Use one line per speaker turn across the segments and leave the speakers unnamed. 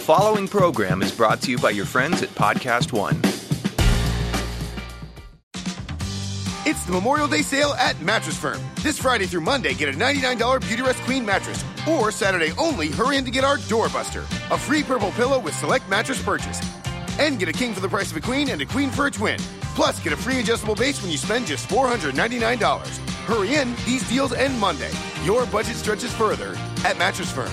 following program is brought to you by your friends at Podcast One.
It's the Memorial Day sale at Mattress Firm. This Friday through Monday, get a $99 Beautyrest Queen mattress. Or Saturday only, hurry in to get our Doorbuster, a free purple pillow with select mattress purchase. And get a king for the price of a queen and a queen for a twin. Plus, get a free adjustable base when you spend just $499. Hurry in, these deals end Monday. Your budget stretches further at Mattress Firm.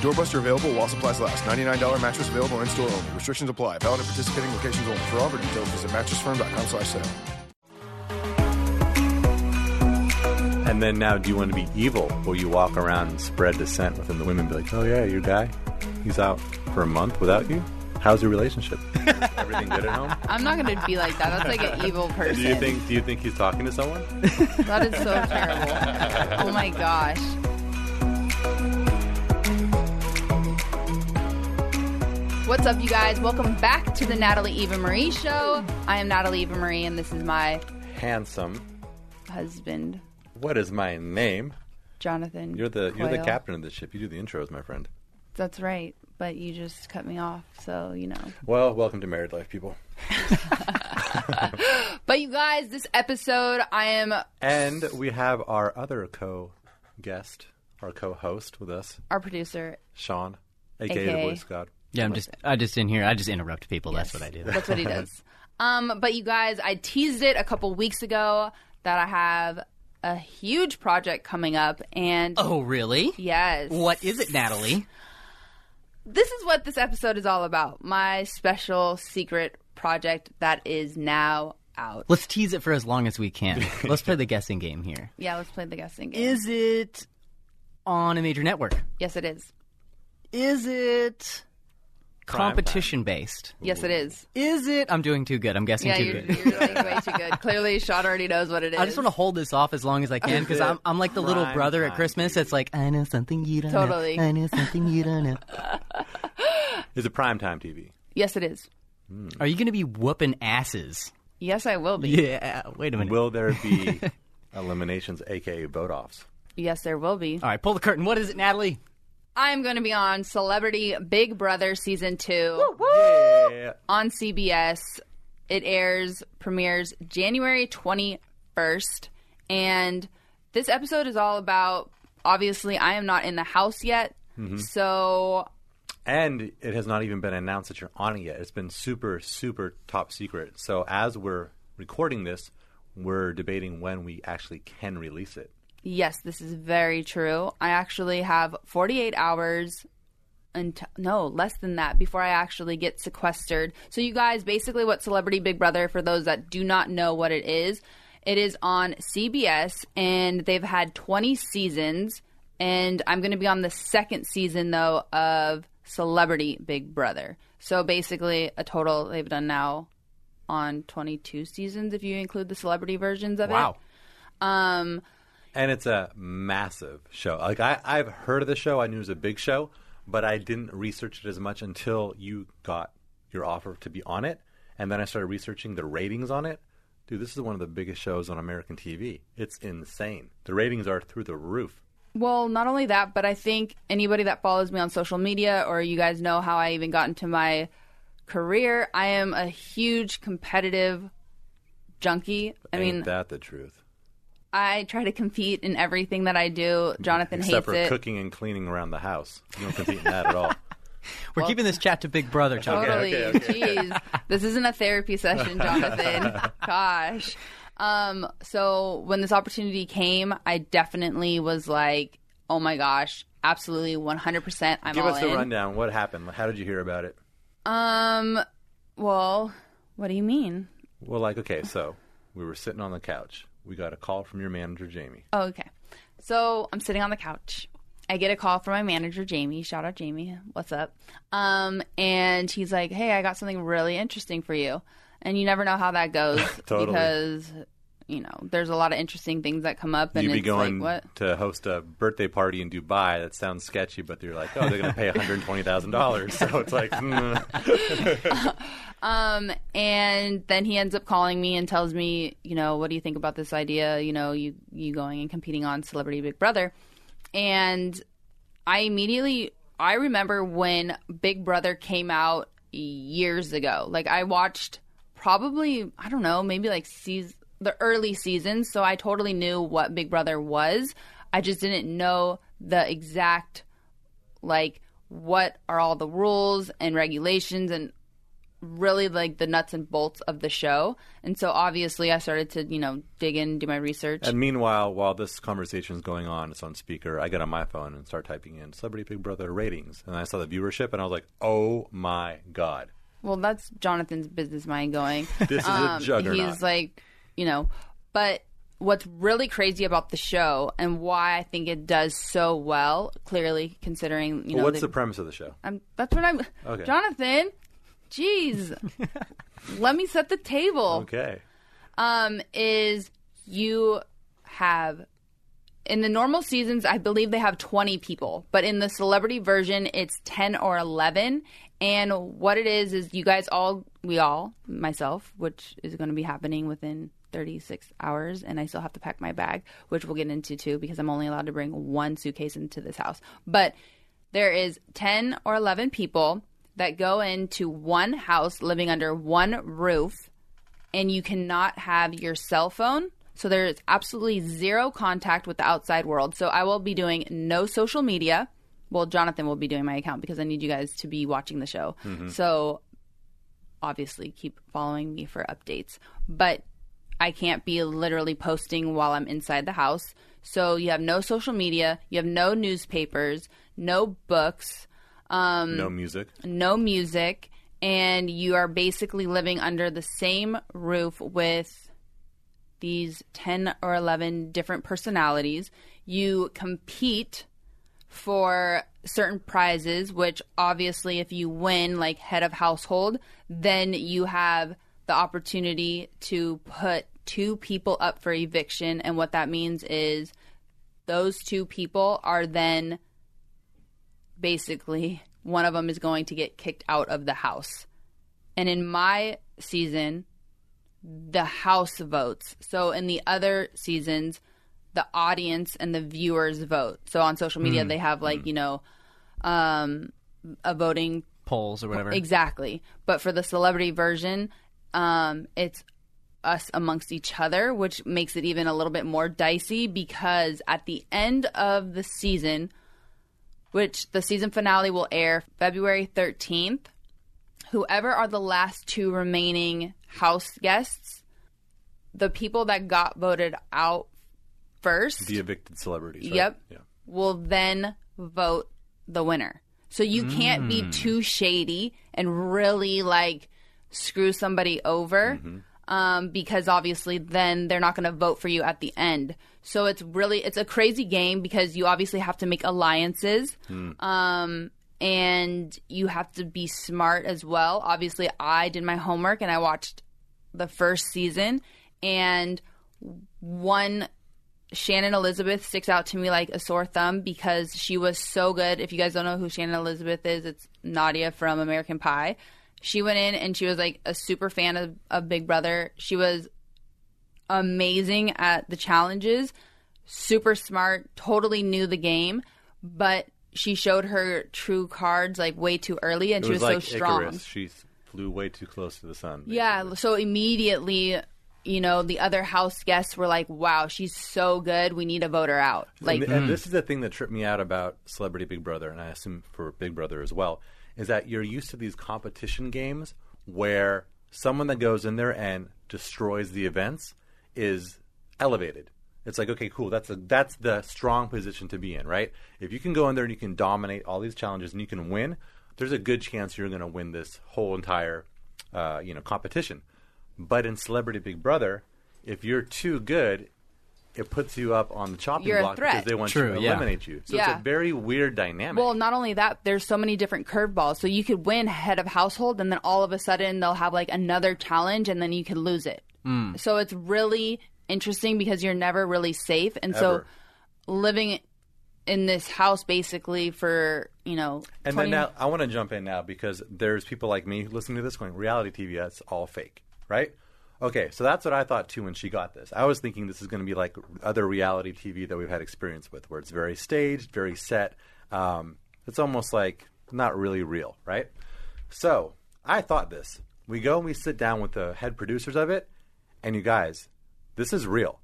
Doorbuster available while supplies last. $99 mattress available in store only. Restrictions apply. Valid at participating locations only. For offer details, visit mattressfirm.com slash sale.
And then now, do you want to be evil? Will you walk around and spread the scent within the women? Be like, oh yeah, your guy, he's out for a month without you. How's your relationship? Everything good at home?
I'm not gonna be like that. That's like an evil person.
Do you think? Do you think he's talking to someone?
that is so terrible? Oh my gosh. What's up, you guys? Welcome back to the Natalie Eva Marie Show. I am Natalie Eva Marie, and this is my
Handsome.
husband,
What is my name?
Jonathan.
You're the you're the
Coyle.
captain of the ship. You do the intros, my friend.
That's right. But you just cut me off, so you know.
Well, welcome to married life, people.
But you guys, this episode, I am
And we have our other co-guest, our co-host with us,
our producer.
Sean, aka, the
AKA.
voice god.
Yeah, I'm just I just in here. I just interrupt people. That's what I do.
That's what he does. Um, but you guys, I teased it a couple weeks ago that I have a huge project coming up, and
Oh, really?
yes,
What is it, Natalie?
this is what this episode is all about. My special secret project that is now out.
Let's tease it for as long as we can. Let's play the guessing game here.
Yeah, let's play the guessing game.
Is it on a major network?
yes, it is.
Is it
Prime
competition based?
Yes, it is.
Is it? I'm doing too good. I'm guessing
Yeah,
too
you're,
good.
you're like way too good. Clearly, Sean already knows what it is.
I just want to hold this off as long as I can because I'm, I'm like the little
Prime
brother at
time,
Christmas. It's like I know something you don't
Totally.
know. I know something you don't know.
Is it primetime TV?
Yes, it is.
Are you going to be whooping asses?
Yes, I will be.
Yeah. Wait a minute.
Will there be eliminations, aka vote offs?
Yes, there will be.
All right, pull the curtain. What is it, Natalie?
I'm going to be on Celebrity Big Brother season two.
Yeah.
on CBS. It airs, premieres January 21st. And this episode is all about obviously, I am not in the house yet. So,
And it has not even been announced that you're on it yet. It's been super, super top secret. So as we're recording this, we're debating when we actually can release it.
yes, this is very true. I actually have 48 hours. Until, no, less than that before I actually get sequestered. So, you guys, basically, what Celebrity Big Brother, for those that do not know what it is, it is on CBS and they've had 20 seasons. And I'm going to be on the second season, though, of Celebrity Big Brother. So, basically, a total they've done now on 22 seasons if you include the celebrity versions of it.
Wow.
Um,
And it's a massive show. Like I, I've heard of the show. I knew it was a big show, but I didn't research it as much until you got your offer to be on it. And then I started researching the ratings on it. Dude, this is one of the biggest shows on American TV. It's insane. The ratings are through the roof.
Well, not only that, but I think anybody that follows me on social media or you guys know how I even got into my career, I am a huge competitive junkie. I
Ain't
mean,
that the truth?
I try to compete in everything that I do. Jonathan
Except
hates
for
it.
cooking and cleaning around the house. You don't compete in that at all.
We're keeping this chat to Big Brother, Chuck.
Totally. Jeez. this isn't a therapy session, Jonathan. Gosh. Um, so when this opportunity came, I definitely was like, oh my gosh, absolutely 100% I'm
Give
all
us
in.
the rundown. What happened? How did you hear about it?
Um, well, what do you mean?
Well, like, okay, so we were sitting on the couch. We got a call from your manager, Jamie.
Oh, okay. So I'm sitting on the couch. I get a call from my manager, Jamie. Shout out, Jamie. What's up? Um, and he's like, hey, I got something really interesting for you. And you never know how that goes
Totally.
because, you know, there's a lot of interesting things that come up. And
You'd be
it's
going
like, what?
to host a birthday party in Dubai. That sounds sketchy, but they're like, oh, they're going to pay $120,000. So it's like, mm.
and then he ends up calling me and tells me, you know, what do you think about this idea? You know, you you going and competing on Celebrity Big Brother, and I immediately I remember when Big Brother came out years ago. Like I watched probably I don't know, maybe like season the early seasons, so I totally knew what Big Brother was. I just didn't know the exact like what are all the rules and regulations and really like the nuts and bolts of the show. And so obviously I started to, you know, dig in, do my research.
And meanwhile, while this conversation is going on, it's on speaker. I get on my phone and start typing in Celebrity Big Brother ratings, and I saw the viewership, and I was like, "Oh my god,
Well, that's Jonathan's business mind going.
this is a juggernaut!"
Um, He's like, you know, but what's really crazy about the show and why I think it does so well, clearly considering, you
Well,
know,
what's
the-
the premise of the show?
I'm, that's what I'm.
Okay.
Jonathan, jeez, let me set the table
Okay,
um, is you have in the normal seasons, I believe they have 20 people, but in the celebrity version, it's 10 or 11. And what it is, is you guys all, we all, myself, which is going to be happening within 36 hours, and I still have to pack my bag, which we'll get into too, because I'm only allowed to bring one suitcase into this house. But there is 10 or 11 people that go into one house living under one roof and you cannot have your cell phone. So there is absolutely zero contact with the outside world. So I will be doing no social media. Well, Jonathan will be doing my account because I need you guys to be watching the show. So obviously keep following me for updates. But I can't be literally posting while I'm inside the house. So you have no social media, you have no newspapers, no books, um,
no music.
no music, and you are basically living under the same roof with these 10 or 11 different personalities. You compete for certain prizes, which obviously, if you win, like head of household, then you have the opportunity to put two people up for eviction. And what that means is those two people are then basically one of them is going to get kicked out of the house. And in my season, the house votes. So in the other seasons, the audience and the viewers vote. So on social media, they have like, you know, um, a voting
polls or whatever.
Exactly. But for the celebrity version, um, it's us amongst each other, which makes it even a little bit more dicey because at the end of the season, which the season finale will air February 13th, whoever are the last two remaining house guests, the people that got voted out first
The evicted celebrities. Right?
Yep.
Yeah.
will then vote the winner. So you can't be too shady and really like screw somebody over um, because obviously then they're not going to vote for you at the end. So it's really it's a crazy game because you obviously have to make alliances. Um, and you have to be smart as well. Obviously, I did my homework and I watched the first season and one Shannon Elizabeth sticks out to me like a sore thumb because she was so good. If you guys don't know who Shannon Elizabeth is, it's Nadia from American Pie. She went in and she was like a super fan of, of Big Brother. She was amazing at the challenges, super smart, totally knew the game, but she showed her true cards like way too early and
It
she
was
was,
like
so strong.
Icarus. She flew way too close to the sun.
Yeah, so immediately, you know, the other house guests were like, "Wow, she's so good. We need to vote her out." Like,
and, and this is the thing that tripped me out about Celebrity Big Brother, and I assume for Big Brother as well, is that you're used to these competition games where someone that goes in there and destroys the events is elevated. It's like, okay, cool. That's a, that's the strong position to be in, right? If you can go in there and you can dominate all these challenges and you can win, there's a good chance you're going to win this whole entire, uh, you know, competition. But in Celebrity Big Brother, if you're too good, it puts you up on the chopping
You're a
block
threat.
because they want
True,
to
yeah.
eliminate you. So it's
Yeah.
a very weird dynamic.
well, not only that, there's so many different curveballs. So you could win head of household, and then all of a sudden they'll have like another challenge, and then you could lose it.
Hmm.
So it's really interesting because you're never really safe, and
Ever.
so living in this house basically for you know
and
20
then now I want to jump in now because there's people like me who listen to this going reality TV that's all fake, right? Okay, so that's what I thought too when she got this. I was thinking this is going to be like other reality TV that we've had experience with, where it's very staged, very set. Um, It's almost like not really real, right? So I thought this. We go and we sit down with the head producers of it, and you guys, this is real.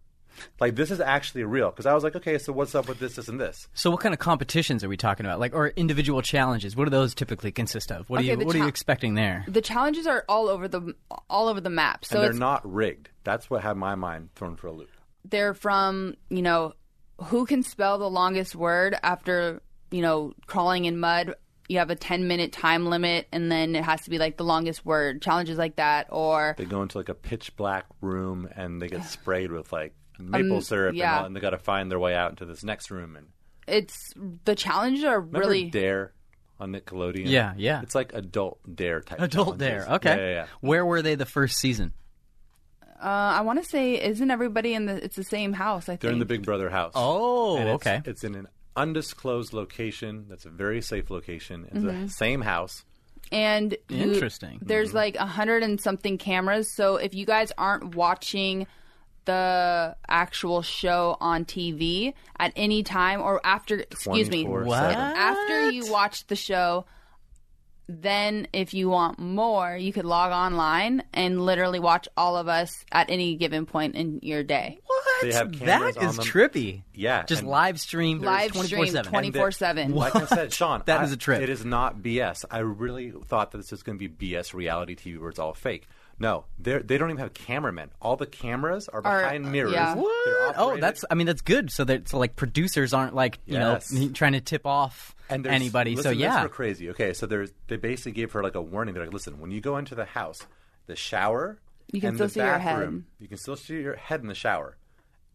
Like this is actually real because I was like, okay, so what's up with this, this, and this?
So, what kind of competitions are we talking about? Like, or individual challenges? What do those typically consist of? What
Okay,
are
the
you What are
chal-
you expecting there?
The challenges are all over the all over the map. So
and they're
it's,
not rigged. That's what had my mind thrown for a loop.
they're from you know who can spell the longest word after you know crawling in mud you have a 10 minute time limit and then it has to be like the longest word challenges like that or
They go into like a pitch black room and they get sprayed with like maple syrup,
Um, yeah.
and, all, and they got to find their way out into this next room. And
it's the challenges are
remember
really
Dare on Nickelodeon?
Yeah, yeah.
It's like adult Dare type.
Adult Dare.
challenges.
Okay.
Yeah, yeah, yeah.
Where were they the first season?
uh, i want to say isn't everybody in the it's the same house i
They're
think
in the Big Brother house.
Oh,
And it's-
okay.
It's in an undisclosed location. That's a very safe location. It's
Mm-hmm.
the same house.
and you-
Interesting.
there's
Mm-hmm.
like a hundred and something cameras so if you guys aren't watching the actual show on tv at any time or after excuse me
24/7.
after you watch the show then if you want more you could log online and literally watch all of us at any given point in your day
What?
They have cameras
that
on
is
them.
trippy.
Yeah,
Just
and-
live stream.
live stream
24/7.
24-7
Like I said, Sean,
That
I-
is a trip.
It is not BS. I really thought that this was going to be BS reality TV where it's all fake. No, they they don't even have cameramen. All the cameras are
Are-
behind mirrors.
yeah.
They're
What? Oh,
operated-
that's. I mean, that's good. So that so like producers aren't like you
Yes.
know trying to tip off
there's-
anybody.
Listen,
so
to this
yeah,
for crazy. Okay, so there's they basically gave her like a warning. They're like, listen, when you go into the house, the shower,
You can
and
still
the
see your head.
bathroom, You can still see your head in the shower,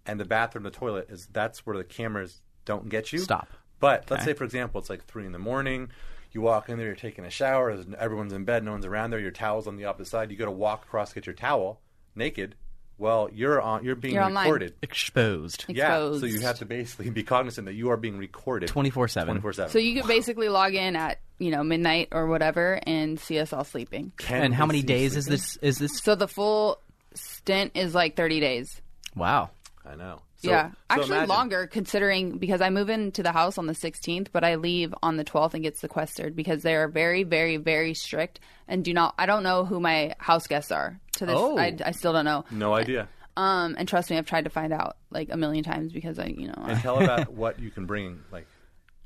and the bathroom, the toilet is that's where the cameras don't get you.
Stop.
But let's say, for example, it's like three in the morning. You walk in there, you're taking a shower. there's- Everyone's in bed, no one's around there. Your towel's on the opposite side. You got to walk across, get your towel naked. Well, you're on. You're being
You're online.
recorded.
exposed.
Yeah, so
Exposed.
you have to basically be cognizant that you are being recorded
24/7.
24/7.
so you could basically log in at you know midnight or whatever and see us all sleeping
Can
And how
they
many
see
days is
sleeping?
this? Is this?
so the full stint is like 30 days
Wow.
I know. So-
yeah,
so
actually
imagine-
longer considering because I move into the house on the 16th, but I leave on the 12th and get sequestered because they are very, very, very strict and do not. I don't know who my house guests are to this.
Oh.
I, I still don't know.
No idea.
Um, and trust me, I've tried to find out like a million times because I, you know,
And tell about what you can bring. Like,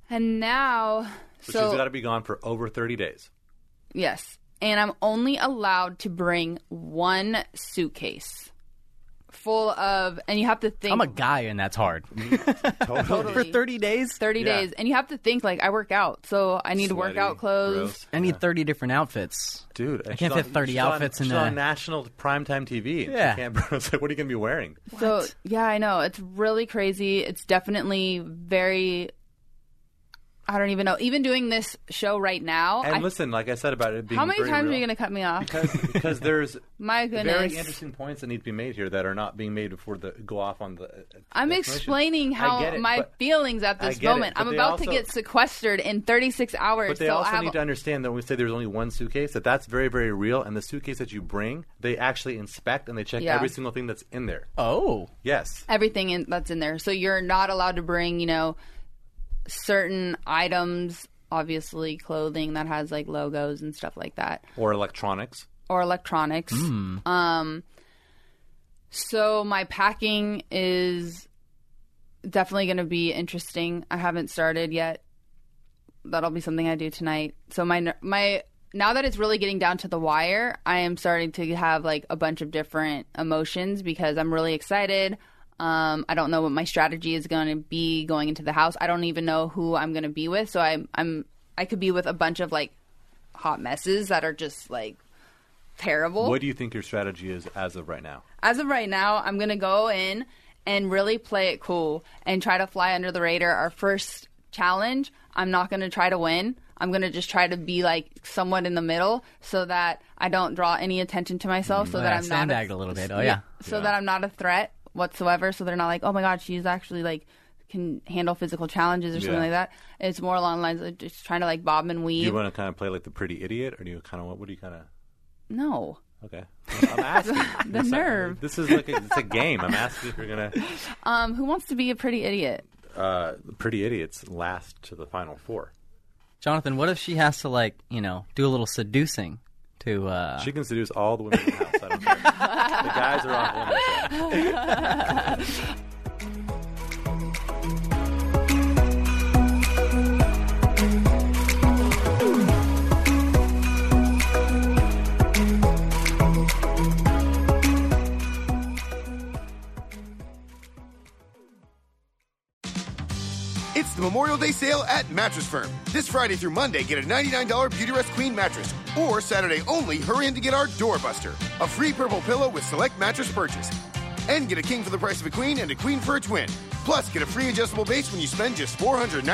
and now
so,
so
she's got to be gone for over thirty days.
yes, and I'm only allowed to bring one suitcase full of, and you have to think
I'm a guy, and that's hard.
Totally.
For 30 days,
30
Yeah.
days, and you have to think like I work out, so I need
Sweaty,
workout clothes.
gross.
I need 30 different outfits.
Dude, and
I can't
she's
fit 30
she's
outfits
on,
in
she's
a-
on national primetime TV. and she
Yeah.
can't- it's like, what are you going to be wearing?
So yeah, I know it's really crazy. It's definitely very. I don't even know. Even doing this show right now,
And
I,
listen, like I said about it being
how many
very
times
real.
are you going to cut me off?
Because, because there's
My
very
goodness,
interesting points that need to be made here that are not being made before the go off on the. uh,
I'm
explanation.
explaining
I
how
get it,
my
but-
feelings at
I
this
get it,
moment.
but
I'm
they
about to
also-
get sequestered in 36 hours.
But they
so
also
I have
need to understand that when we say there's only one suitcase, that that's very, very real. And the suitcase that you bring, they actually inspect and they check
Yeah.
every single thing that's in there.
Oh.
Yes.
everything in, that's in there. So you're not allowed to bring, you know, certain items. Obviously, clothing that has like logos and stuff like that.
Or electronics.
or electronics.
Mm.
Um, so my packing is definitely going to be interesting. I haven't started yet. That'll be something I do tonight. So my my now that it's really getting down to the wire, I am starting to have like a bunch of different emotions because I'm really excited. Um, I don't know what my strategy is going to be going into the house. I don't even know who I'm going to be with. So I'm I'm I could be with a bunch of like hot messes that are just like terrible.
What do you think your strategy is as of right now?
As of right now, I'm gonna go in and really play it cool and try to fly under the radar. Our first challenge, I'm not gonna try to win. I'm gonna just try to be like somewhat in the middle so that I don't draw any attention to myself. So that
Mm, Yeah,
I'm
sandbagged
not
a little bit. Oh, yeah.
So that I'm not a threat whatsoever. So they're not like, oh my god, she's actually like can handle physical challenges or something
Yeah.
like that. It's more along the lines of just trying to like bob and
Do
weave.
you want to kind of play like the pretty idiot, or do you kind of what? What do you kind of?
no.
Okay, I'm asking.
The
It's not-
nerve.
This is like a, it's a game. I'm asking if you're gonna.
Um, who wants to be a pretty idiot?
Uh, pretty idiots last to the final four.
Jonathan, what if she has to like you know do a little seducing to? uh
She can seduce all the women in the house. I don't care. the guys are off limits. now.
It's the Memorial Day sale at Mattress Firm. This Friday through Monday, get a $99 Beautyrest Queen mattress. Or Saturday only, hurry in to get our Doorbuster, a free purple pillow with select mattress purchase. And get a king for the price of a queen and a queen for a twin. Plus, get a free adjustable base when you spend just $499.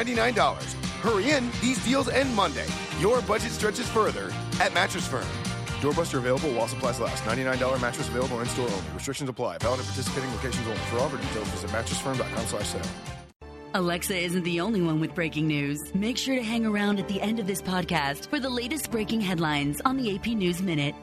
Hurry in, these deals end Monday. Your budget stretches further at Mattress Firm. Doorbuster available while supplies last. $99 mattress available in store only. Restrictions apply. Valid at participating locations only. For all other details, visit mattressfirm.com slash sale.
Alexa isn't the only one with breaking news. Make sure to hang around at the end of this podcast for the latest breaking headlines on the AP News Minute.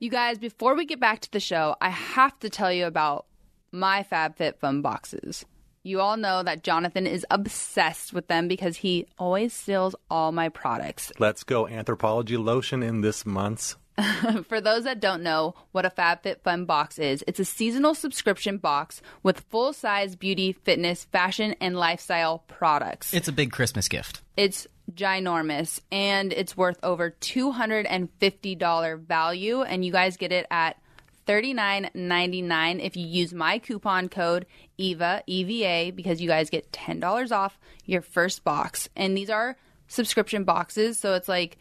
You guys, before we get back to the show, I have to tell you about my FabFitFun boxes. You all know that Jonathan is obsessed with them because he always steals all my products.
Let's go anthropology lotion in this month's.
For those that don't know what a FabFitFun box is, it's a seasonal subscription box with full size beauty, fitness, fashion, and lifestyle products.
It's a big Christmas gift.
It's ginormous and it's worth over $250 value and you guys get it at $39.99 if you use my coupon code EVA EVA because you guys get $10 off your first box. And these are subscription boxes, so it's like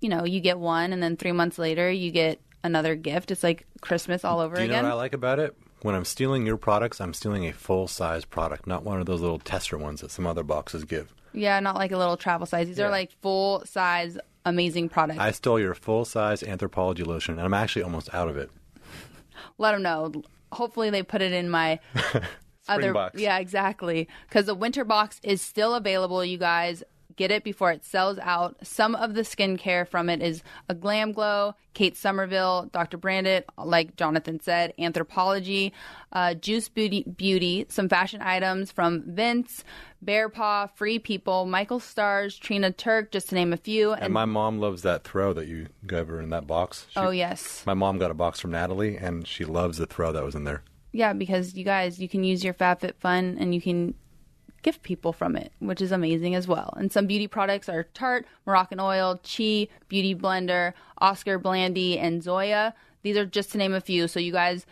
you know, you get one and then 3 months later you get another gift. It's like Christmas all over
Do you
again.
know what I like about it? When I'm stealing your products, I'm stealing a full size product, not one of those little tester ones that some other boxes give.
yeah, not like a little travel size. These are like full size amazing products.
I stole your full size anthropology lotion, and I'm actually almost out of it.
let them know. Hopefully, they put it in my other.
box.
Yeah, exactly. Because the winter box is still available, you guys. Get it before it sells out. Some of the skincare from it is a Glam Glow, Kate Somerville, Dr. Brandit, like Jonathan said, Anthropology, uh, Juice Beauty, Beauty, some fashion items from Vince, Bear Paw, Free People, Michael Stars, Trina Turk, just to name a few.
And my mom loves that throw that you gave her in that box. She-
oh, yes.
My mom got a box from Natalie, and she loves the throw that was in there.
Yeah, because you guys, you can use your FabFitFun and you can gift people from it, which is amazing as well. And some beauty products are Tarte, Moroccan Oil, Chi, Beauty Blender, Oscar Blandy, and Zoya. These are just to name a few. So you guys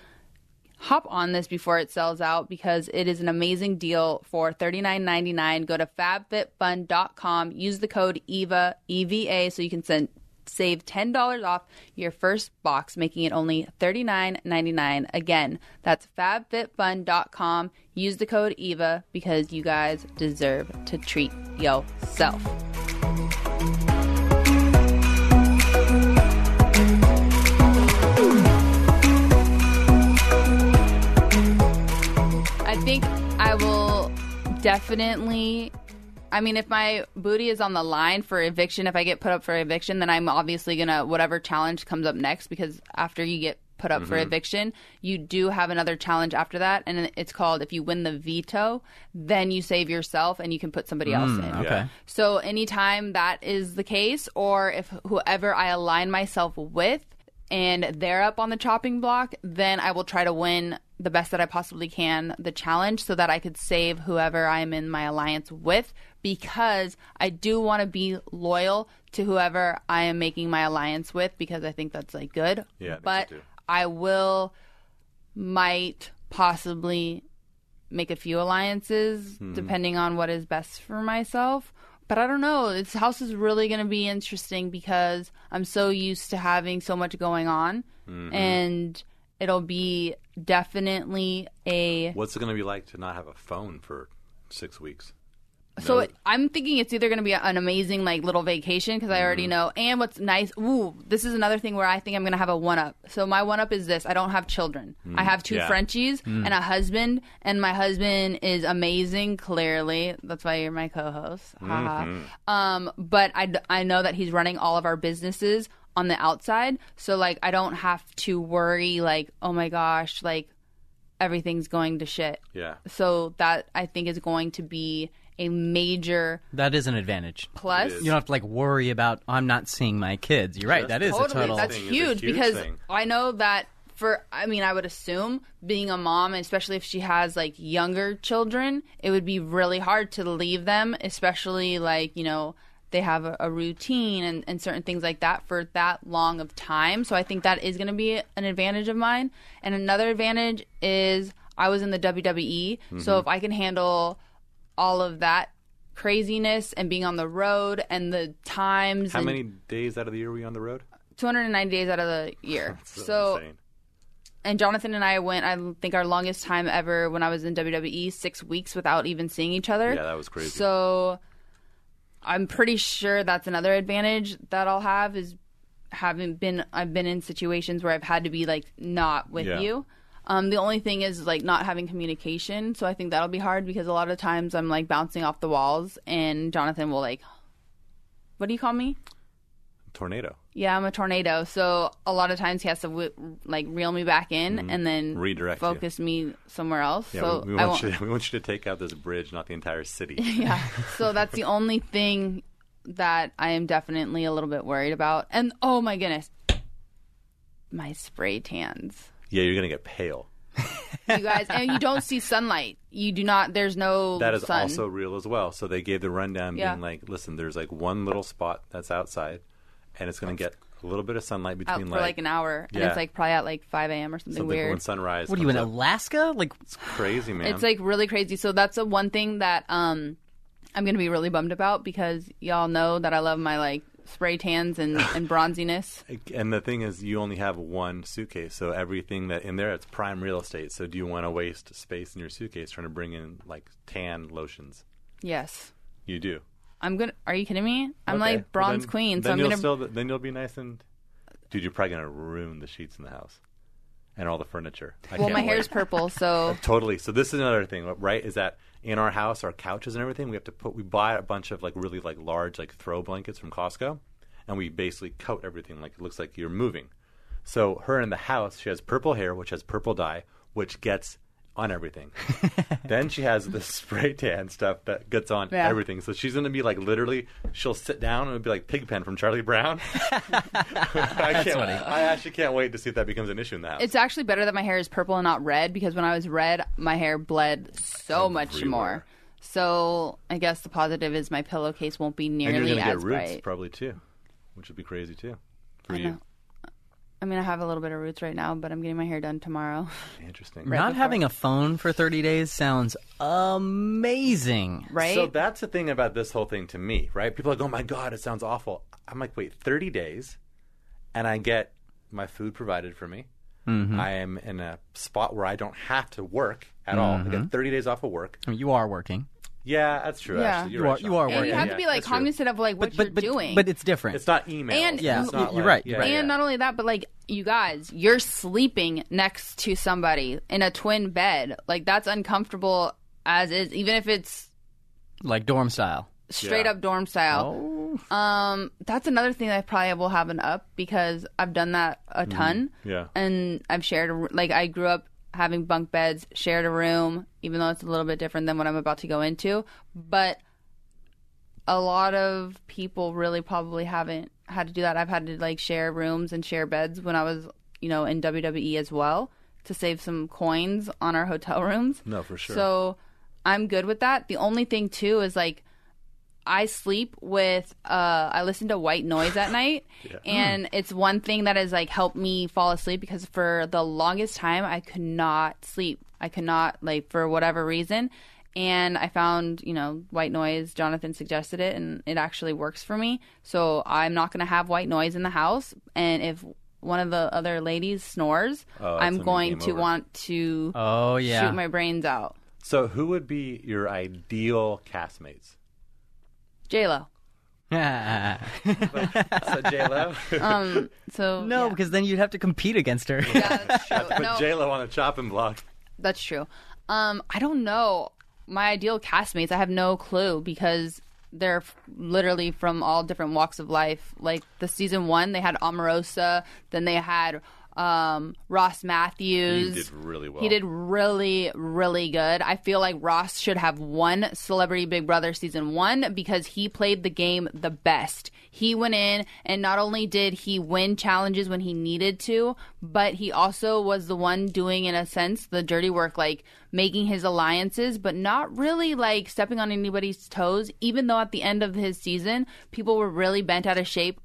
hop on this before it sells out because it is an amazing deal for $39.99. Go to fabfitfun.com, use the code E EVA, EVA, so you can send save $10 off your first box, making it only $39.99. Again, that's fabfitfun.com. Use the code EVA because you guys deserve to treat yourself. I think I will definitely. I mean, if my booty is on the line for eviction, if I get put up for eviction, then I'm obviously gonna whatever challenge comes up next because after you get put up for eviction, you do have another challenge after that, and it's called if you win the veto, then you save yourself and you can put somebody else in.
Okay.
So anytime that is the case, or if whoever I align myself with and they're up on the chopping block, then I will try to win the best that I possibly can the challenge so that I could save whoever I'm in my alliance with because I do want to be loyal to whoever I am making my alliance with because I think that's like good.
Yeah, I think so
But
too.
I will might possibly make a few alliances depending on what is best for myself. But I don't know. This house is really going to be interesting because I'm so used to having so much going on, and it'll be definitely a.
What's it going to be like to not have a phone for six weeks?
So it, I'm thinking it's either going to be an amazing like little vacation because I already know. And what's nice, ooh, this is another thing where I think I'm going to have a one up. So my one up is this: I don't have children. I have two
yeah.
Frenchies and a husband, and my husband is amazing. Clearly, that's why you're my co-host. Haha. Um, but I d- I know that he's running all of our businesses on the outside, so like I don't have to worry like oh my gosh like everything's going to shit
Yeah.
so that I think is going to be a major
That is an advantage.
plus.
You don't have to like worry about I'm not seeing my kids. You're right. that is
totally.
a total.
That's
thing is a
huge,
huge
because
thing.
I know that for I mean I would assume being a mom, and especially if she has like younger children, it would be really hard to leave them, especially like you know they have a, a routine and, and certain things like that for that long of time. So I think that is going to be an advantage of mine. And another advantage is I was in the WWE, so if I can handle all of that craziness and being on the road and the times
How
and
many days out of the year are we on the road?
290 days out of the year. so,
Insane.
and Jonathan and I went, I think, our longest time ever when I was in WWE, six weeks without even seeing each other.
Yeah, that was crazy.
So, I'm pretty sure that's another advantage that I'll have is having been, I've been in situations where I've had to be like not with
Yeah.
you. Um, the only thing is like not having communication. So, I think that'll be hard because a lot of times I'm like bouncing off the walls and Jonathan will like, what do you call me?
tornado.
Yeah, I'm a tornado. So a lot of times he has to w- like reel me back in and then
Mm-hmm. Redirect you.
focus me somewhere else.
Yeah,
so
we, we
I
want
won't.
you. To, we want you to take out this bridge, not the entire city.
yeah. So that's the only thing that I am definitely a little bit worried about. And oh my goodness, my spray tans.
yeah, you're gonna get pale.
You guys, and you don't see sunlight. You do not. There's no.
That is
sun.
also real as well. So they gave the rundown,
Yeah.
being like, "Listen, there's like one little spot that's outside, and it's gonna get a little bit of sunlight
out
between
for like, an hour, and
Yeah.
it's like probably at like 5 a.m. or something,
something
weird.
when sunrise.
what are you in
comes up.
Alaska? Like
It's crazy, man.
It's like really crazy. So that's the one thing that um I'm gonna be really bummed about because y'all know that I love my like spray tans and, and bronziness.
and the thing is, you only have one suitcase, so everything that in there, it's prime real estate. So do you want to waste space in your suitcase trying to bring in like tan lotions?
Yes.
You do.
I'm gonna are you kidding me? I'm
Okay. Well,
like bronze
then-
queen, so
then
I'm
you'll
gonna
still, then you'll be nice and. Dude, you're probably gonna ruin the sheets in the house, and all the furniture. I
Well
can't
my
wait.
hair's purple, so
Uh, Totally. So this is another thing, right? Is that in our house, our couches and everything, we have to put we buy a bunch of like really like large like throw blankets from Costco, and we basically coat everything like it looks like you're moving. So her in the house, she has purple hair, which has purple dye, which gets on everything. then she has this spray tan stuff that gets on
Yeah.
everything. So she's gonna be like literally, she'll sit down and it'll be like Pigpen from Charlie Brown. I can't. I actually can't wait to see if that becomes an issue in the house.
it's actually better that my hair is purple and not red because when I was red my hair bled so much
Everywhere.
more. So I guess the positive is my pillowcase won't be
and you're
nearly
gonna
as
get roots
bright.
probably too, which would be crazy too for you.
I mean I have a little bit of roots right now, but I'm getting my hair done tomorrow.
Interesting.
not having a phone for 30 days sounds amazing.
right?
So that's the thing about this whole thing to me, right? People are like, "Oh my god, it sounds awful." I'm like, "Wait, 30 days, and I get my food provided for me. I am in a spot where I don't have to work at all. I get 30 days off of work.
I mean, you are working,
Yeah, that's true.
Yeah.
Actually, you're
You
right,
are- you
Sean.
are
Yeah,
and you
working.
yeah,
have
yeah,
to be like
that's true.
cognizant of like what
but but
you're
but,
doing.
but it's different.
It's not email.
And-
Yeah,
it's not
you're
like-
right,
yeah,
right.
yeah,
and um, not only that, but like you guys, you're sleeping next to somebody in a twin bed. Like that's uncomfortable as is, even if it's
like dorm style.
straight
Yeah.
up dorm style.
Oh,
Um, that's another thing that I probably will have an up because I've done that a ton.
Mm-hmm. Yeah.
and I've shared a r like I grew up having bunk beds, shared a room, even though it's a little bit different than what I'm about to go into, but a lot of people really probably haven't had to do that. I've had to like share rooms and share beds when I was, you know, in WWE as well to save some coins on our hotel rooms.
No, for sure.
So I'm good with that. The only thing too is like I sleep with uh I listen to white noise at night and it's one thing that has like helped me fall asleep because for the longest time I could not sleep. I could not like for whatever reason and I found, you know, white noise, Jonathan suggested it and it actually works for me. So I'm not going to have white noise in the house and if one of the other ladies snores,
Oh, that's when
I'm
you
going
came
to
over.
want to
oh yeah.
shoot my brains out.
So who would be your ideal castmates?
J Lo.
So J Lo.
Um. So
no,
yeah.
because then you'd have to compete against her.
Yeah, that's true.
Put
no,
J Lo on the chopping block.
that's true. Um, I don't know my ideal castmates. I have no clue because they're f- literally from all different walks of life. Like the season one, they had Omarosa. Then they had um, Ross Matthews.
He did really well.
He did really, really good. I feel like Ross should have won Celebrity Big Brother season one because he played the game the best. He went in, and not only did he win challenges when he needed to, but he also was the one doing, in a sense, the dirty work, like making his alliances, but not really like stepping on anybody's toes, even though at the end of his season, people were really bent out of shape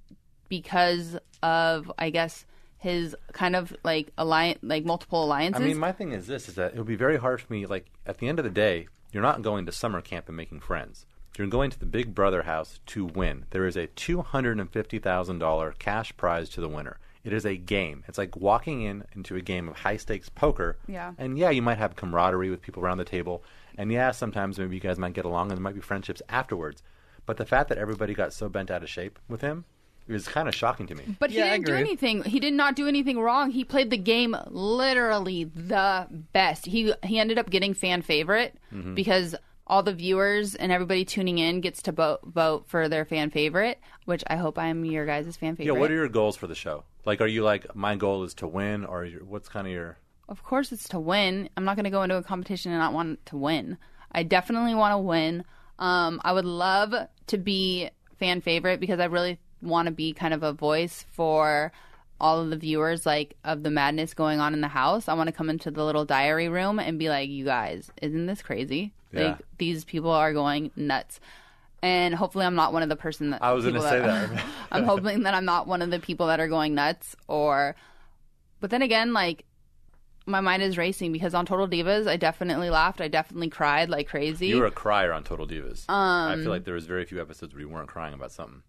because of, I guess, his kind of like alliance, like multiple
I
alliances.
mean, my thing is this: is that it would be very hard for me. Like at the end of the day, you're not going to summer camp and making friends. You're going to the Big Brother house to win. There is a two hundred and fifty thousand dollar cash prize to the winner. It is a game. It's like walking in into a game of high stakes poker.
Yeah.
And yeah, you might have camaraderie with people around the table. And yeah, sometimes maybe you guys might get along and there might be friendships afterwards. But the fact that everybody got so bent out of shape with him is kind of shocking to me.
But he
Yeah, I
didn't do
agree.
anything. He did not do anything wrong. He played the game literally the best. He he ended up getting fan favorite
Mm-hmm.
because all the viewers and everybody tuning in gets to vote vote for their fan favorite, which I hope I'm your guys' fan
Yeah,
favorite.
what are your goals for the show? Like, are you like my goal is to win, or your- what's kind of your?
of course it's to win. I'm not going to go into a competition and not want to win. I definitely want to win. Um, I would love to be fan favorite because I really want to be kind of a voice for all of the viewers like of the madness going on in the house. I want to come into the little diary room and be like, "You guys, isn't this crazy?
Yeah.
Like these people are going nuts." And hopefully, I'm not one of the person that
I was gonna
people
say that.
I'm hoping that I'm not one of the people that are going nuts or but then again like my mind is racing because on Total Divas I definitely laughed, I definitely cried like crazy.
You were a crier on Total Divas. I
Um,
feel like there was very few episodes where you weren't crying about something.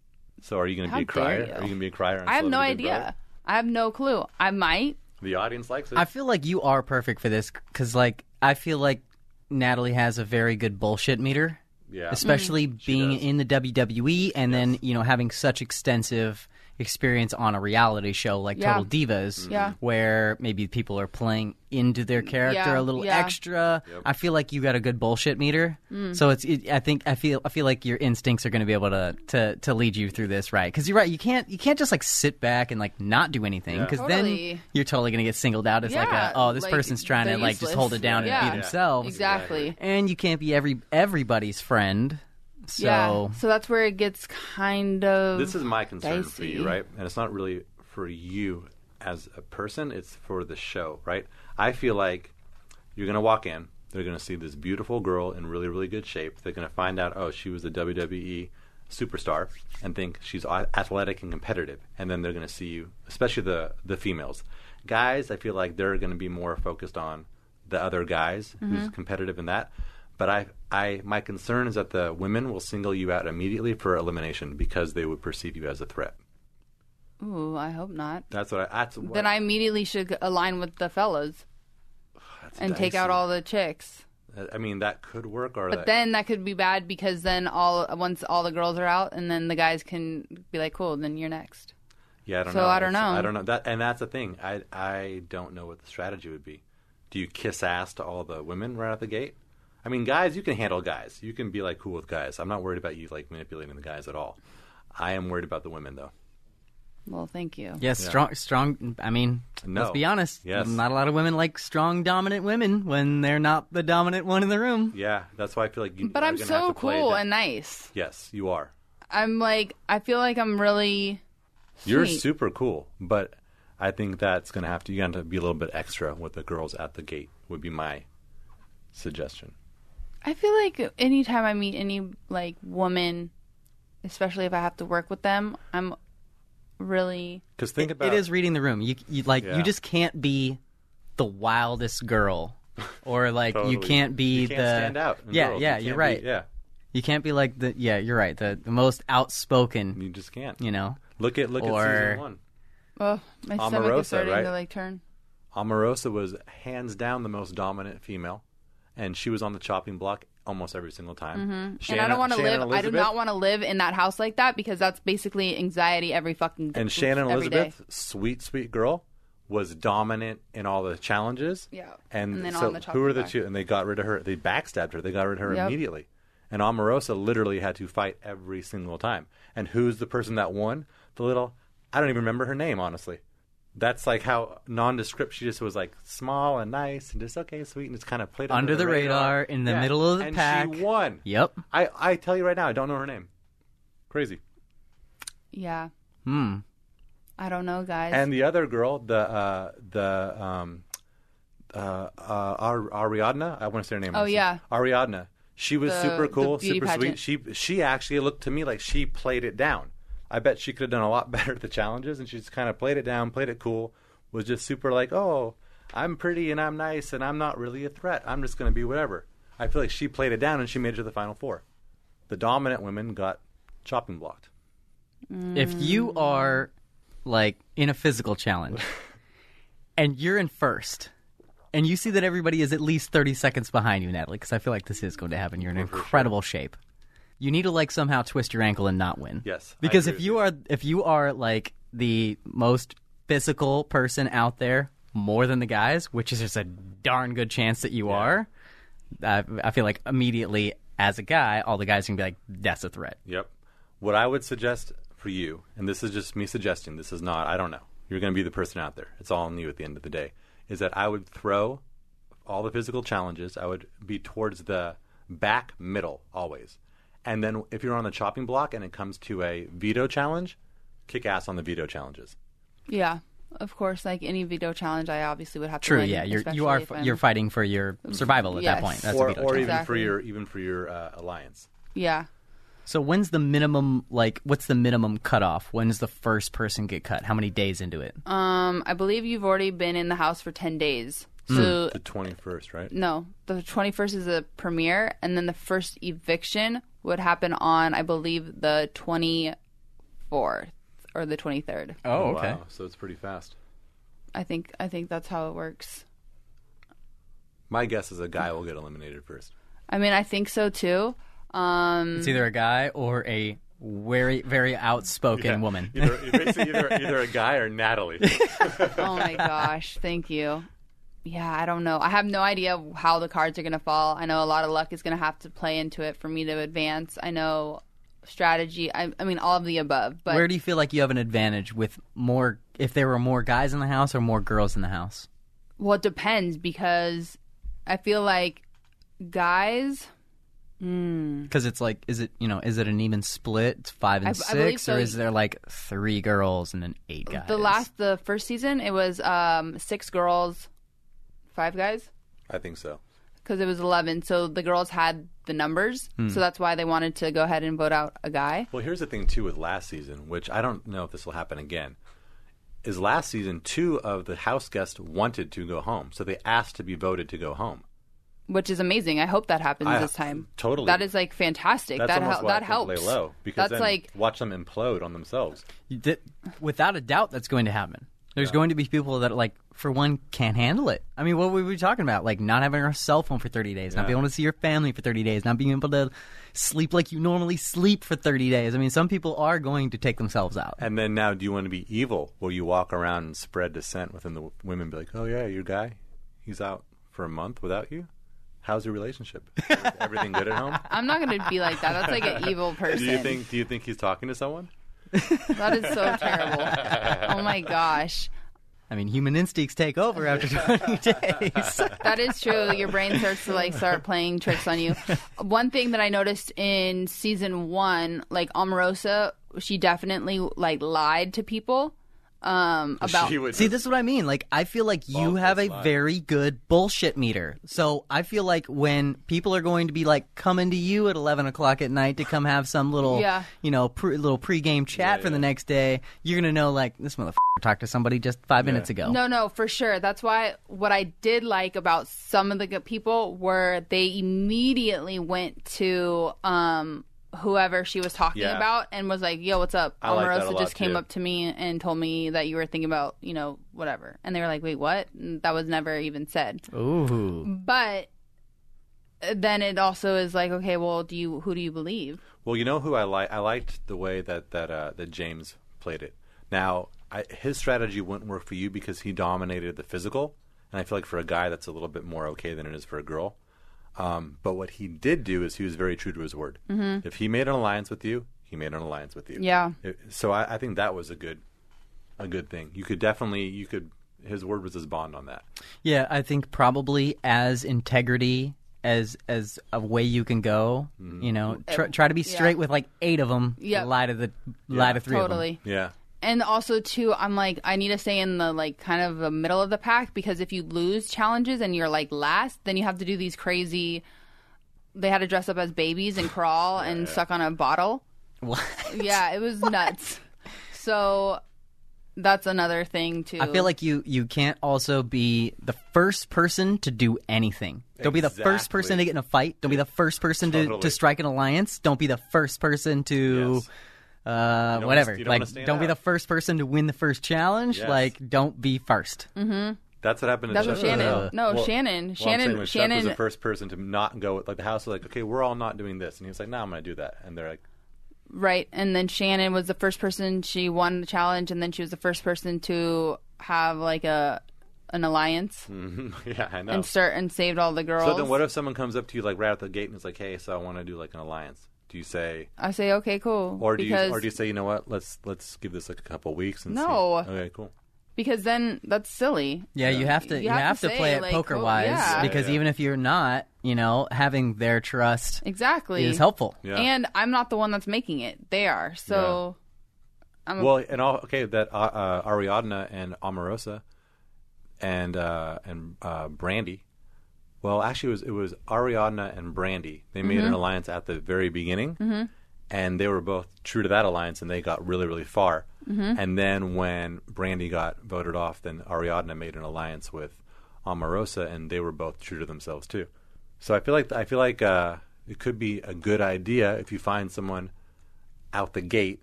So are you going to
How
be a crier?
dare
Are
you.
you going to be a crier? On
I have no
Celebrity Big
idea.
Brother?
I have no clue. I might.
The audience likes it.
I feel like you are perfect for this because, like, I feel like Natalie has a very good bullshit meter.
Yeah.
Especially
Mm-hmm.
being
does.
in the WWE and then, you know, having such extensive experience on a reality show like
Yeah.
Total
Mm-hmm.
Divas,
Yeah.
where maybe people are playing into their character
Yeah,
a little
yeah. Mm.
extra. I feel like you got a good bullshit meter. So it's, it, I think, I feel, I feel like your instincts are going to be able to, to, to lead you through this, right? Because you're right. You can't, you can't just like sit back and like not do anything because
Totally.
then you're totally going to get singled out as it's
Yeah,
like a, oh, this
like,
person's trying to
they're
like just hold it
useless.
down
Yeah.
and be
Oh,
themselves.
Exactly.
And you can't be every everybody's friend. So
Yeah. So that's where it gets kind of
this is my concern for
dicey.
you, right? And it's not really for you as a person, it's for the show, right? I feel like you're going to walk in, they're going to see this beautiful girl in really, really good shape. They're going to find out, oh, she was a WWE superstar and think she's a- athletic and competitive. And then they're going to see you, especially the, the females. Guys, I feel like they're going to be more focused on the other guys
Mm-hmm.
who's competitive in that. But I, I, my concern is that the women will single you out immediately for elimination because they would perceive you as a threat.
Ooh, I hope not.
That's what I. That's what,
Then I immediately should align with the fellas
that's
and take out
dicey.
all the chicks.
I mean, that could work, or
But
that,
then that could be bad because then all once all the girls are out, and then the guys can be like, "Cool, then you're next."
yeah, I don't
so
know.
I don't
It's-
know.
I don't know that, and that's the thing. I, I don't know what the strategy would be. Do you kiss ass to all the women right out the gate? I mean, guys, you can handle guys. You can be like cool with guys. I'm not worried about you like manipulating the guys at all. I am worried about the women though.
Well, thank you.
yes, strong strong I mean,
No.
let's be honest.
Yes.
Not a lot of women like strong dominant women when they're not the dominant one in the room.
Yeah, that's why I feel like you.
But
are
I'm
gonna have
so
to play
cool
that-
and nice.
yes, you are.
I'm like, I feel like I'm really.
You're
Sweet.
super cool, but I think that's gonna have to. You got to be a little bit extra with the girls at the gate. Would be my suggestion.
I feel like anytime I meet any like woman, especially if I have to work with them, I'm really
Because think about
It is reading the room. You you like
Yeah.
you just can't be the wildest girl. Or like you
Totally.
can't be
You can't
the
stand out. in
Yeah,
girls. You
yeah,
can't
you're
be-
right.
yeah,
You can't be like the yeah, you're right. The, the most outspoken,
you just can't.
you know.
look at look at
Or-
season one.
oh my stomach
Omarosa,
is starting
right?
to like turn.
Omarosa was hands down the most dominant female, and she was on the chopping block almost every single time.
Mm-hmm. And
Shanna-
I don't want to
Shannon
live. I do
Elizabeth-
not want to live in that house like that because that's basically anxiety every fucking
And Shannon
every day.
Elizabeth, sweet sweet girl, was dominant in all the challenges.
Yeah.
and,
And then
so
on the
who
chopping
were the
block.
two? And they got rid of her. They backstabbed her. They got rid of her
Yep.
immediately. And Omarosa literally had to fight every single time. And who's the person that won? The little I don't even remember her name honestly. That's like how nondescript she just was like small and nice and just okay, sweet, and just kind of played
Under the radar, in the middle of the
and
pack.
She won.
Yep.
I I tell you right now, I don't know her name. Crazy.
Yeah. Hmm. I don't know, guys.
And the other girl, the uh, the um, uh, uh, Ar- Ariadna, I want to say her name.
Oh,
last name.
yeah.
Ariadna. She was
The-
super
the
cool,
beauty
super
pageant.
sweet. She she actually looked to me like she played it down. I bet she could have done a lot better at the challenges, and she just kind of played it down, played it cool. Was just super like, oh, I'm pretty and I'm nice and I'm not really a threat. I'm just going to be whatever. I feel like she played it down and she made it to the final four. The dominant women got chopping blocked.
If you are like in a physical challenge and you're in first and you see that everybody is at least 30 seconds behind you, Natalie, because I feel like this is going to happen. You're in incredible shape. You need to like somehow twist your ankle and not win.
Yes, I
Because
agree
if
with
you
you.
are if you are like the most physical person out there more than the guys, which is just a darn good chance that you are, I, I feel like immediately as a guy, all the guys can be like, that's a threat.
Yep. What I would suggest for you, and this is just me suggesting, this is not, I don't know. You're going to be the person out there. It's all on you at the end of the day. Is that I would throw all the physical challenges, I would be towards the back middle always. And then if you're on the chopping block and it comes to a veto challenge, kick ass on the veto challenges.
yeah. Of course, like any veto challenge, I obviously would have to
True.
win,
yeah, you're
especially
you are
if
f-
I'm- Mm,
you're fighting for your survival at
Yes.
that point. That's
or
a veto
or
challenge.
even for
Exactly.
your even for your uh, alliance.
Yeah.
So when's the minimum? Like, what's the minimum cutoff? When's the first person get cut? How many days into it?
Um, I believe you've already been in the house for 10 days. So,
The 21st, right?
no, the 21st is the premiere, and then the first eviction would happen on, I believe, the 24th or the 23rd.
oh,
um,
Wow, so it's pretty fast.
I think I think that's how it works.
My guess is a guy will get eliminated first.
I mean, I think so too. Um,
It's either a guy or a very very outspoken
Yeah.
woman.
Either, basically either, either a guy or Natalie.
oh my gosh, thank you. Yeah, I don't know. I have no idea how the cards are going to fall. I know a lot of luck is going to have to play into it for me to advance. I know strategy. I, I mean, all of the above. But
Where do you feel like you have an advantage with more? If there were more guys in the house or more girls in the house?
Well, it depends because I feel like guys.
Because it's like, is it you know, is it an even split? It's five and
Mm. I b- I believe
six,
so.
or is there like three girls and then eight guys?
The last, the first season, it was um, six girls, five guys,
I think so.
because it was eleven. So the girls had the numbers,
Hmm.
so that's why they wanted to go ahead and vote out a guy.
Well, here's the thing too with last season, which I don't know if this will happen again. Is last season two of the house guests wanted to go home, so they asked to be voted to go home.
which is amazing. I hope that happens
I-
this time.
totally.
that is like fantastic.
That's
that
almost
hel-
why
that
I
helps.
think Lay low because then
That's like
watch them implode on themselves.
You did- without a doubt that's going to happen there's going to be people that like for one can't handle it i mean what were we talking about like not having our cell phone for 30 days not being able to see your family for 30 days not being able to sleep like you normally sleep for 30 days i mean some people are going to take themselves out
And then now, do you want to be evil? Will you walk around and spread dissent within the w- women? Be like, oh yeah, your guy, he's out for a month without you. How's your relationship? Everything good at home?
I'm not gonna be like that. That's like an evil person.
Do you think? Do you think he's talking to someone?
that is so terrible? Oh my gosh,
i mean human instincts take over after 20 days
that is true. Your brain starts to like start playing tricks on you. One thing that I noticed in season one, like Omarosa, she definitely like lied to people um, about
She would
See,
just-
this is what I mean. Like, I feel like you
Balls
have a
plus lie.
very good bullshit meter. So I feel like when people are going to be like coming to you at eleven o'clock at night to come have some little,
Yeah.
you know, pre- little pregame chat for the next day, you're gonna know like this motherfucker talked to somebody just five minutes
Oh.
ago.
No, no, for sure. That's why what I did like about some of the good people were they immediately went to um whoever she was talking
Yeah.
about and was like, "Yo, what's up?"
I like that a lot,
just came
too.
up to me and told me that you were thinking about, you know, whatever. And they were like, "Wait, what?" And that was never even said.
Ooh,
But then it also is like, okay, well, do you who do you believe?
Well, you know who I like. I liked the way that that uh, that James played it. Now, I, his strategy wouldn't work for you because he dominated the physical, and I feel like for a guy that's a little bit more okay than it is for a girl. Um, but what he did do is he was very true to his word. If he made an alliance with you, he made an alliance with you.
Yeah.
It- so I, I think that was a good a good thing. You could definitely you could his word was his bond on that.
Yeah, I think probably as integrity as as a way you can go. You know, try, try to be straight with like eight of them.
Uh, Yep.
lie to the lie to three. of 'em.
totally.
Yeah.
And also too, I'm like I need to stay in the like kind of the middle of the pack because if you lose challenges and you're like last, then you have to do these crazy. They had to dress up as babies and crawl and suck on a bottle. Yeah, it was nuts. So that's another thing too.
I feel like you you can't also be the first person to do anything. Don't be the first person to
Exactly.
get in a fight. Don't be the first person to, to
Totally.
strike an alliance. Don't be the first person to
Yes.
uh,
don't
whatever.
wanna- you don't wanna
like,
stand
don't be
out.
the first person to win the first challenge.
Yes.
Like, don't be 1st
Mm-hmm.
That's what happened to
That's
Chuck.
what Shannon-
Uh,
no, Shannon-
I'm
Shannon-
saying when Chuck was
Shannon-
the first person to not go with like the house was like, okay, we're all not doing this, and he was like, no, I'm going to do that, and they're like,
right, and then Shannon was the first person. She won the challenge, and then she was the first person to have like a an alliance
yeah, I know.
and start and saved all the girls.
Hmm. so then, what if someone comes up to you like right out the gate and is like, hey, so I want to do like an alliance? Do you say,
I say okay, cool.
or do
because-
you, or do you say, you know what, let's let's give this like a couple weeks and see."
No.
okay, cool.
because then that's silly.
Yeah, you have to you, have, to,
say,
play it
like,
poker
oh,
wise
yeah.
because
Yeah, yeah.
even if you're not, you know, having their trust
Exactly.
is helpful.
Yeah.
And I'm not the one that's making it. They are. So
well, and all okay that uh, uh, Ariadna and Omarosa and uh, and uh, Brandy. Well, actually, it was it was Ariadna and Brandy. They made an alliance at the very beginning, and they were both true to that alliance, and they got really really far. And then when Brandy got voted off, then Ariadna made an alliance with Omarosa, and they were both true to themselves too. So I feel like I feel like uh, it could be a good idea if you find someone out the gate,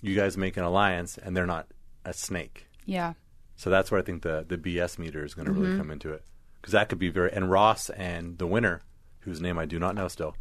you guys make an alliance, and they're not a snake.
yeah.
So that's where I think the the BS meter is going to
Mm-hmm.
really come into it, because that could be very. And Ross and the winner, whose name I do not know still,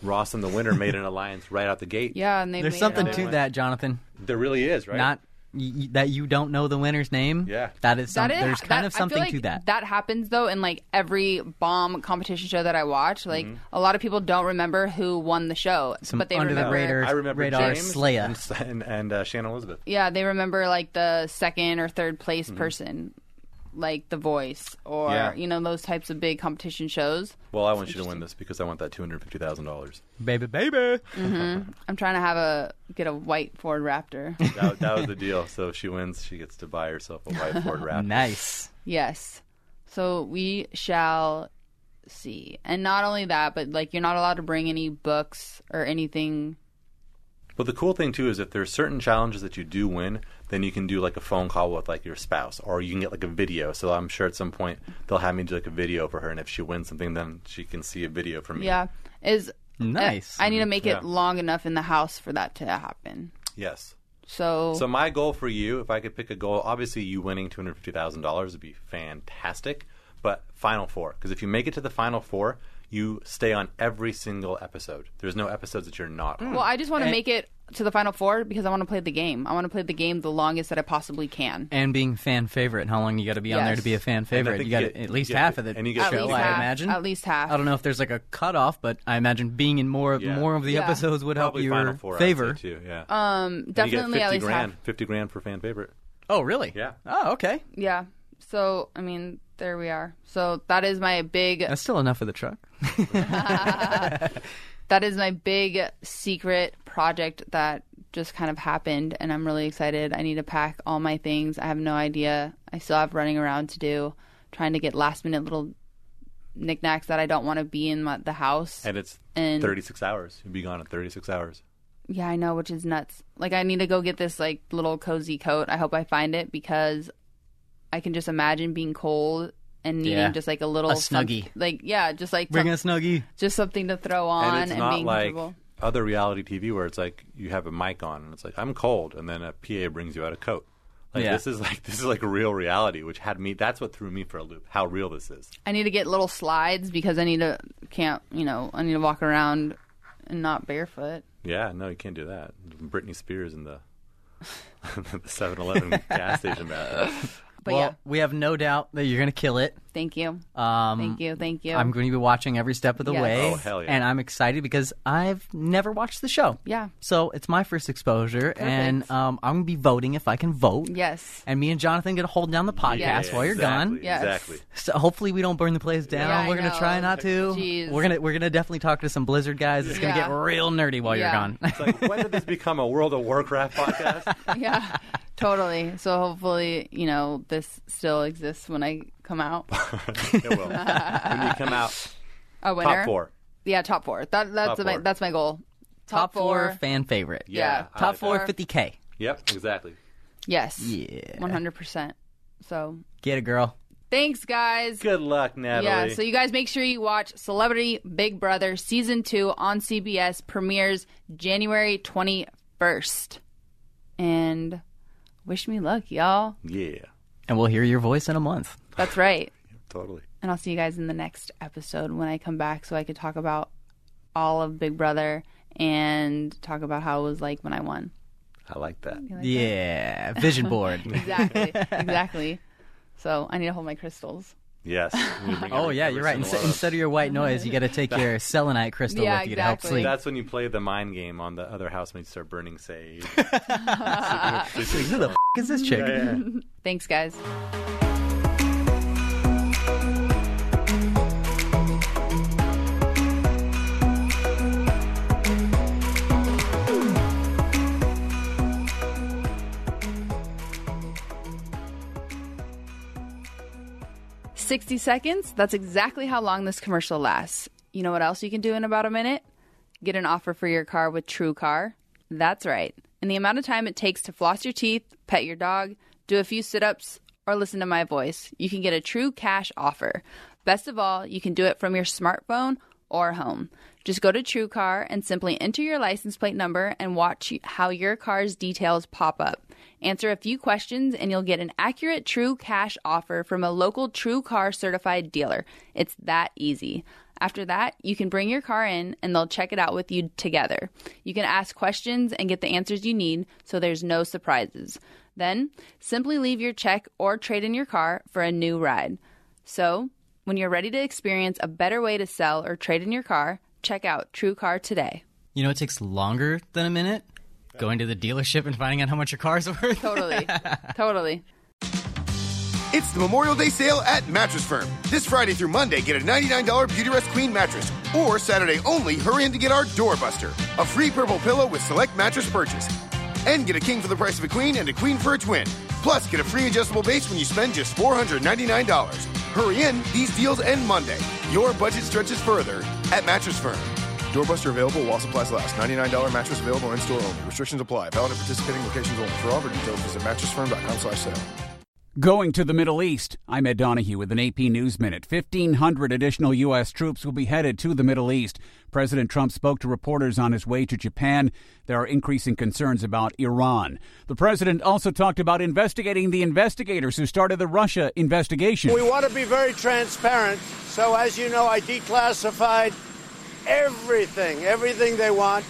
Ross and the winner made an alliance right out the gate.
Yeah, and they
There's
made
something
it all-
to that, Jonathan.
there really is right.
Not y- y- that you don't know the winner's name.
Yeah.
that is, some,
That is,
there's kind
that-
of
I feel
something
like
to that.
That happens though in like every bomb competition show that I watch. Like
Mm-hmm.
a lot of people don't remember who won the show,
Some
but they
under
remember.
the radar,
I remember
radar
James
Slaya.
and S- and, and uh, Shannon Elizabeth.
Yeah, they remember like the second or third place person, like The Voice or
Mm-hmm. Yeah.
you know those types of big competition shows.
Well, I want you to win this because I want that two hundred fifty thousand dollars.
baby, baby.
I'm trying to have a get a white Ford Raptor.
That, that was the deal. So if she wins, she gets to buy herself a white Ford Raptor.
Nice.
Yes. So we shall see. And not only that, but like you're not allowed to bring any books or anything.
But the cool thing too is if there's certain challenges that you do win, then you can do like a phone call with like your spouse, or you can get like a video. So I'm sure at some point they'll have me do like a video for her, and if she wins something, then she can see a video from me.
Yeah. Is
Nice.
I, need to make
Yeah.
it long enough in the house for that to happen.
Yes.
So,
So my goal for you, if I could pick a goal, obviously you winning two hundred fifty thousand dollars would be fantastic. But final four, because if you make it to the final four, you stay on every single episode. There's no episodes that you're not on.
well, I just want to make it to the final four because I want to play the game. I want to play the game the longest that I possibly can.
and being fan favorite, how long you got to be on there to be a
Yes.
fan
I
favorite?
think
You got
you get-
at least
you get-
half of the
and you get
show,
At least
I
half.
imagine.
At least half.
I don't know if there's like a cutoff, but I imagine being in more
Yeah.
more of the
Yeah.
episodes would help
Probably final
your
four I would say,
favor.
too. Yeah. And you get
Um, Definitely at
fifty
least
grand,
half.
fifty grand for fan favorite.
Oh, really?
Yeah.
Oh, okay.
Yeah. So, I mean, there we are. So, that is my big
That's still enough of the truck.
that is my big secret project that just kind of happened and I'm really excited. I need to pack all my things. I have no idea. I still have running around to do, trying to get last minute little knickknacks that I don't want to be in my, the house.
And it's
And-
36 hours. You'd be gone in 36 hours.
yeah, I know, which is nuts. Like I need to go get this like little cozy coat. I hope I find it because I can just imagine being cold and needing
Yeah.
just like a little
A
some-
Snuggie.
like yeah, just like
Bring
some-
a snuggie.
just something to throw on
and
and,
it's not
being
like
comfortable.
other reality TV where it's like you have a mic on and it's like I'm cold, and then a PA brings you out a coat. Like
Yeah.
this is like this is like real reality, which had me. That's what threw me for a loop. How real this is.
I need to get little slides because I need to can't you know I need to walk around and not barefoot.
Yeah, no, you can't do that. Britney Spears in the 7-Eleven gas station uh, bathroom.
But
well,
yeah,
we have no doubt that you're going to kill it.
Thank you.
Um,
Thank you. Thank you.
I'm going to be watching every step of the
Yes.
way.
Oh,
hell yeah.
And I'm excited because I've never watched the show.
Yeah.
So it's my first exposure, and um, I'm going to be voting if I can vote.
Yes.
And me and Jonathan going to hold down the podcast
Yes.
while you're
exactly,
gone.
Yes.
Exactly.
So hopefully we don't burn the place down.
Yeah, I
we're gonna
know.
try not to.
Jeez.
We're gonna we're gonna definitely talk to some Blizzard guys. It's gonna
Yeah.
get real nerdy while
Yeah.
you're gone.
It's like, when did this become a World of Warcraft podcast?
yeah, totally. So hopefully, you know, this still exists when I come out
it will. When you come out,
a winner.
top four.
Yeah, top four. That that's
Top
my
four.
that's my goal.
Top four fan favorite.
Yeah.
I
Top
like
four
that.
50k.
Yep, exactly.
Yes.
Yeah.
One hundred percent. So
Get it, girl.
thanks, guys.
Good luck, Natalie.
Yeah, so you guys make sure you watch Celebrity Big Brother season two on CBS premieres January twenty first, and wish me luck, y'all.
yeah,
And we'll hear your voice in a month.
That's right.
totally.
And I'll see you guys in the next episode when I come back so I could talk about all of Big Brother and talk about how it was like when I won.
I like that.
yeah. Vision board.
Exactly. exactly. So I need to hold my crystals.
Yes. we bring
oh
every-
yeah,
every
you're right.
single
Instead,
one of
instead of your white noise, you got to take your selenite crystal
Yeah,
with you to help
exactly.
sleep.
That's when you play the mind game on the other housemates start burning sage.
Who the f- is this chick?
Thanks, guys. Sixty seconds. That's exactly how long this commercial lasts. You know what else you can do in about a minute? Get an offer for your car with True Car. That's right. In the amount of time it takes to floss your teeth, pet your dog, do a few sit ups, or listen to my voice, you can get a true cash offer. Best of all, you can do it from your smartphone or home. Just go to True Car and simply enter your license plate number and watch how your car's details pop up. Answer a few questions and you'll get an accurate true cash offer from a local True Car certified dealer. It's that easy. After that, you can bring your car in and they'll check it out with you together. You can ask questions and get the answers you need so there's no surprises. Then, simply leave your check or trade in your car for a new ride. So, when you're ready to experience a better way to sell or trade in your car, check out True Car today.
You know, it takes longer than a minute. Going to the dealership and finding out how much your car's worth.
Totally. totally.
It's the Memorial Day sale at Mattress Firm. This Friday through Monday, get a $99 Beautyrest Queen mattress. Or Saturday only, hurry in to get our Doorbuster, a free purple pillow with select mattress purchase. And get a king for the price of a queen and a queen for a twin. Plus, get a free adjustable base when you spend just $499. Hurry in, these deals end Monday. Your budget stretches further at Mattress Firm. Doorbuster available while supplies last. $99 mattress available in store only. Restrictions apply. Valid at participating locations only. For offer details, visit mattressfirm.com slash sale.
Going to the Middle East, I'm Ed Donahue with an AP News Minute. 1,500 additional U.S. troops will be headed to the Middle East. President Trump spoke to reporters on his way to Japan. There are increasing concerns about Iran. The president also talked about investigating the investigators who started the Russia investigation.
We want to be very transparent. So, as you know, I declassified everything, everything they want.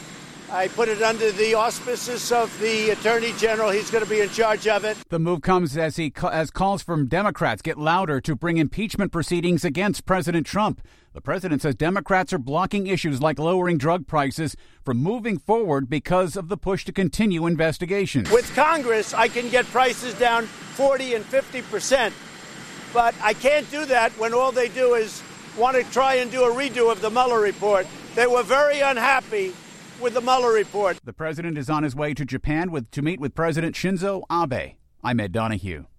I put it under the auspices of the Attorney General. He's going to be in charge of it.
The move comes as he as calls from Democrats get louder to bring impeachment proceedings against President Trump. The president says Democrats are blocking issues like lowering drug prices from moving forward because of the push to continue investigations.
With Congress, I can get prices down 40 and 50 percent. But I can't do that when all they do is want to try and do a redo of the Mueller report. They were very unhappy with the Mueller report.
The president is on his way to Japan with to meet with President Shinzo Abe. I'm Ed Donahue.